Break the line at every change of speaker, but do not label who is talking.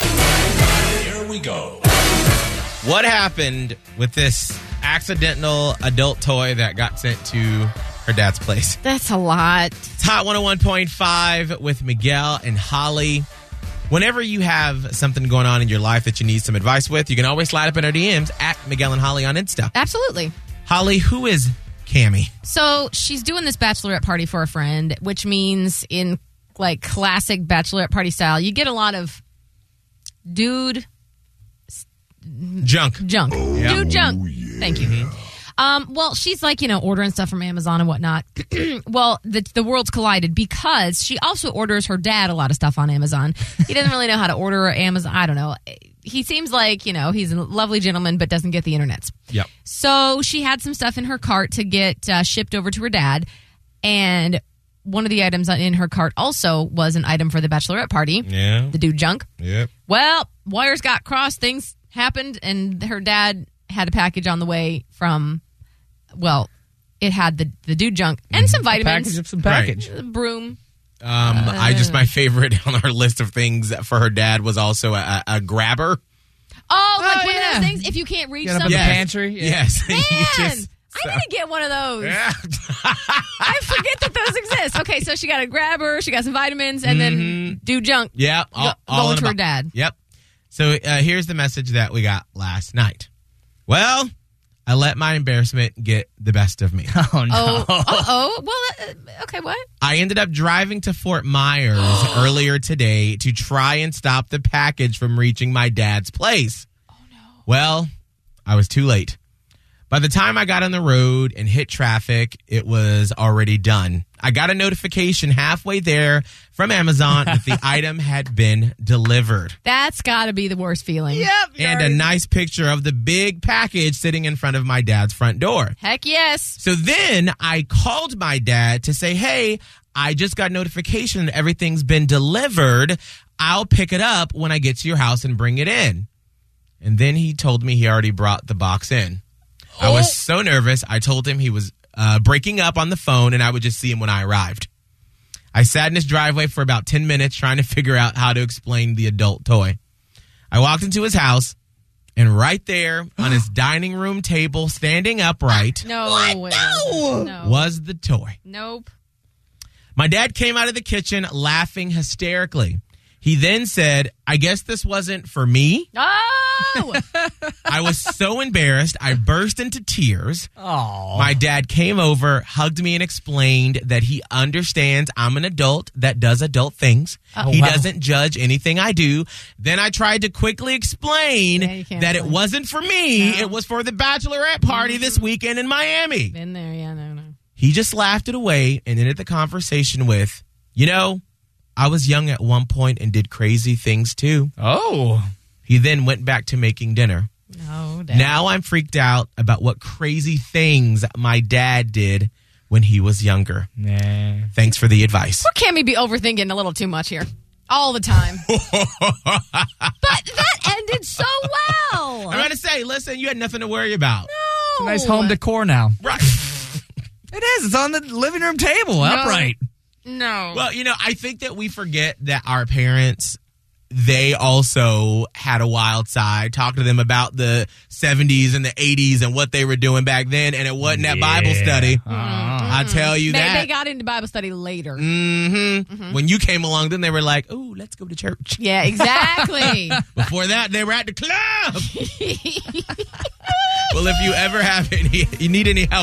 Here we go.
What happened with this accidental adult toy that got sent to her dad's place?
That's a lot.
It's Hot 101.5 with Miguel and Holly. Whenever you have something going on in your life that you need some advice with, you can always slide up in our DMs at Miguel and Holly on Insta.
Absolutely.
Holly, who is Cammy?
So she's doing this bachelorette party for a friend, which means in like classic bachelorette party style, you get a lot of dude
Junk.
junk.
yeah.
Dude junk. Thank you. Um, well, she's like, you know, ordering stuff from Amazon and whatnot. well, the, the worlds collided because she also orders her dad a lot of stuff on Amazon. He doesn't really know how to order Amazon. I don't know. He seems like, you know, he's a lovely gentleman, but doesn't get the internets.
Yep.
So she had some stuff in her cart to get uh, shipped over to her dad. And one of the items in her cart also was an item for the bachelorette party,
Yeah.
the dude junk.
Yep.
Well, wires got crossed, things happened, and her dad had a package on the way from, well, it had the, the dude junk and some
Package
vitamins,
up some Mm-hmm. package.
a broom.
Um, I just my favorite on our list of things for her dad was also a, a grabber.
Oh, like
Oh,
one of
yeah.
those things. If you can't reach
Get up in
something,
the
Yes.
pantry. Yeah.
Yes, You
man,
just-
I gotta get one of those.
yeah.
I forget that those exist. Okay, so she got a grabber, she got some vitamins, and then dude junk.
Mm-hmm. Yeah, all,
Go-
all in
going
a
to her
bo-
dad.
Yep. So uh, here's the message that we got last night. Well, I let my embarrassment get the best of me.
Oh no.
Oh, oh, well, uh, okay, what?
I ended up driving to Fort Myers earlier today to try and stop the package from reaching my dad's place. Oh no. Well, I was too late. By the time I got on the road and hit traffic, it was already done. I got a notification halfway there from Amazon that the item had been delivered.
That's gotta be the worst feeling.
and a nice picture of the big package sitting in front of my dad's front door.
Heck yes.
So then I called my dad to say, "Hey, I just got notification that everything's been delivered. I'll pick it up when I get to your house and bring it in." And then he told me he already brought the box in. I was so nervous. I told him he was uh, breaking up on the phone, and I would just see him when I arrived. I sat in his driveway for about 10 minutes trying to figure out how to explain the adult toy. I walked into his house, and right there on his dining room table, standing upright,
No. What? No. no.
was the toy.
Nope.
My dad came out of the kitchen laughing hysterically. He then said, I guess this wasn't for me.
Oh!
I was so embarrassed. I burst into tears.
Oh.
My dad came over, hugged me, and explained that he understands I'm an adult that does adult things.
Oh,
he
wow.
doesn't judge anything I do. Then I tried to quickly explain
Yeah, you can't
that it
blame-
wasn't for me, it was for the bachelorette party this
Mm-hmm.
weekend in Miami.
Been there, yeah, no, no.
He just laughed it away and ended the conversation with, You know, I was young at one point and did crazy things too.
Oh.
He then went back to making dinner.
No, Dad.
Now I'm freaked out about what crazy things my dad did when he was younger.
Nah.
Thanks for the advice.
Cammy be overthinking a little too much here. All the time. but that ended so well.
I'm going to say, listen, you had nothing to worry about.
Nice home decor now.
Right.
It is. It's on the living room table, upright.
No.
Well, you know, I think that we forget that our parents they also had a wild side. Talk to them about the 70s and the 80s and what they were doing back then and it wasn't that Bible
Yeah.
study. I tell you
they,
that.
they got into Bible study later.
mm-hmm. When you came along then they were like, "Ooh, let's go to church."
Yeah, exactly.
Before that, they were at the club. well, if you ever have any you need any help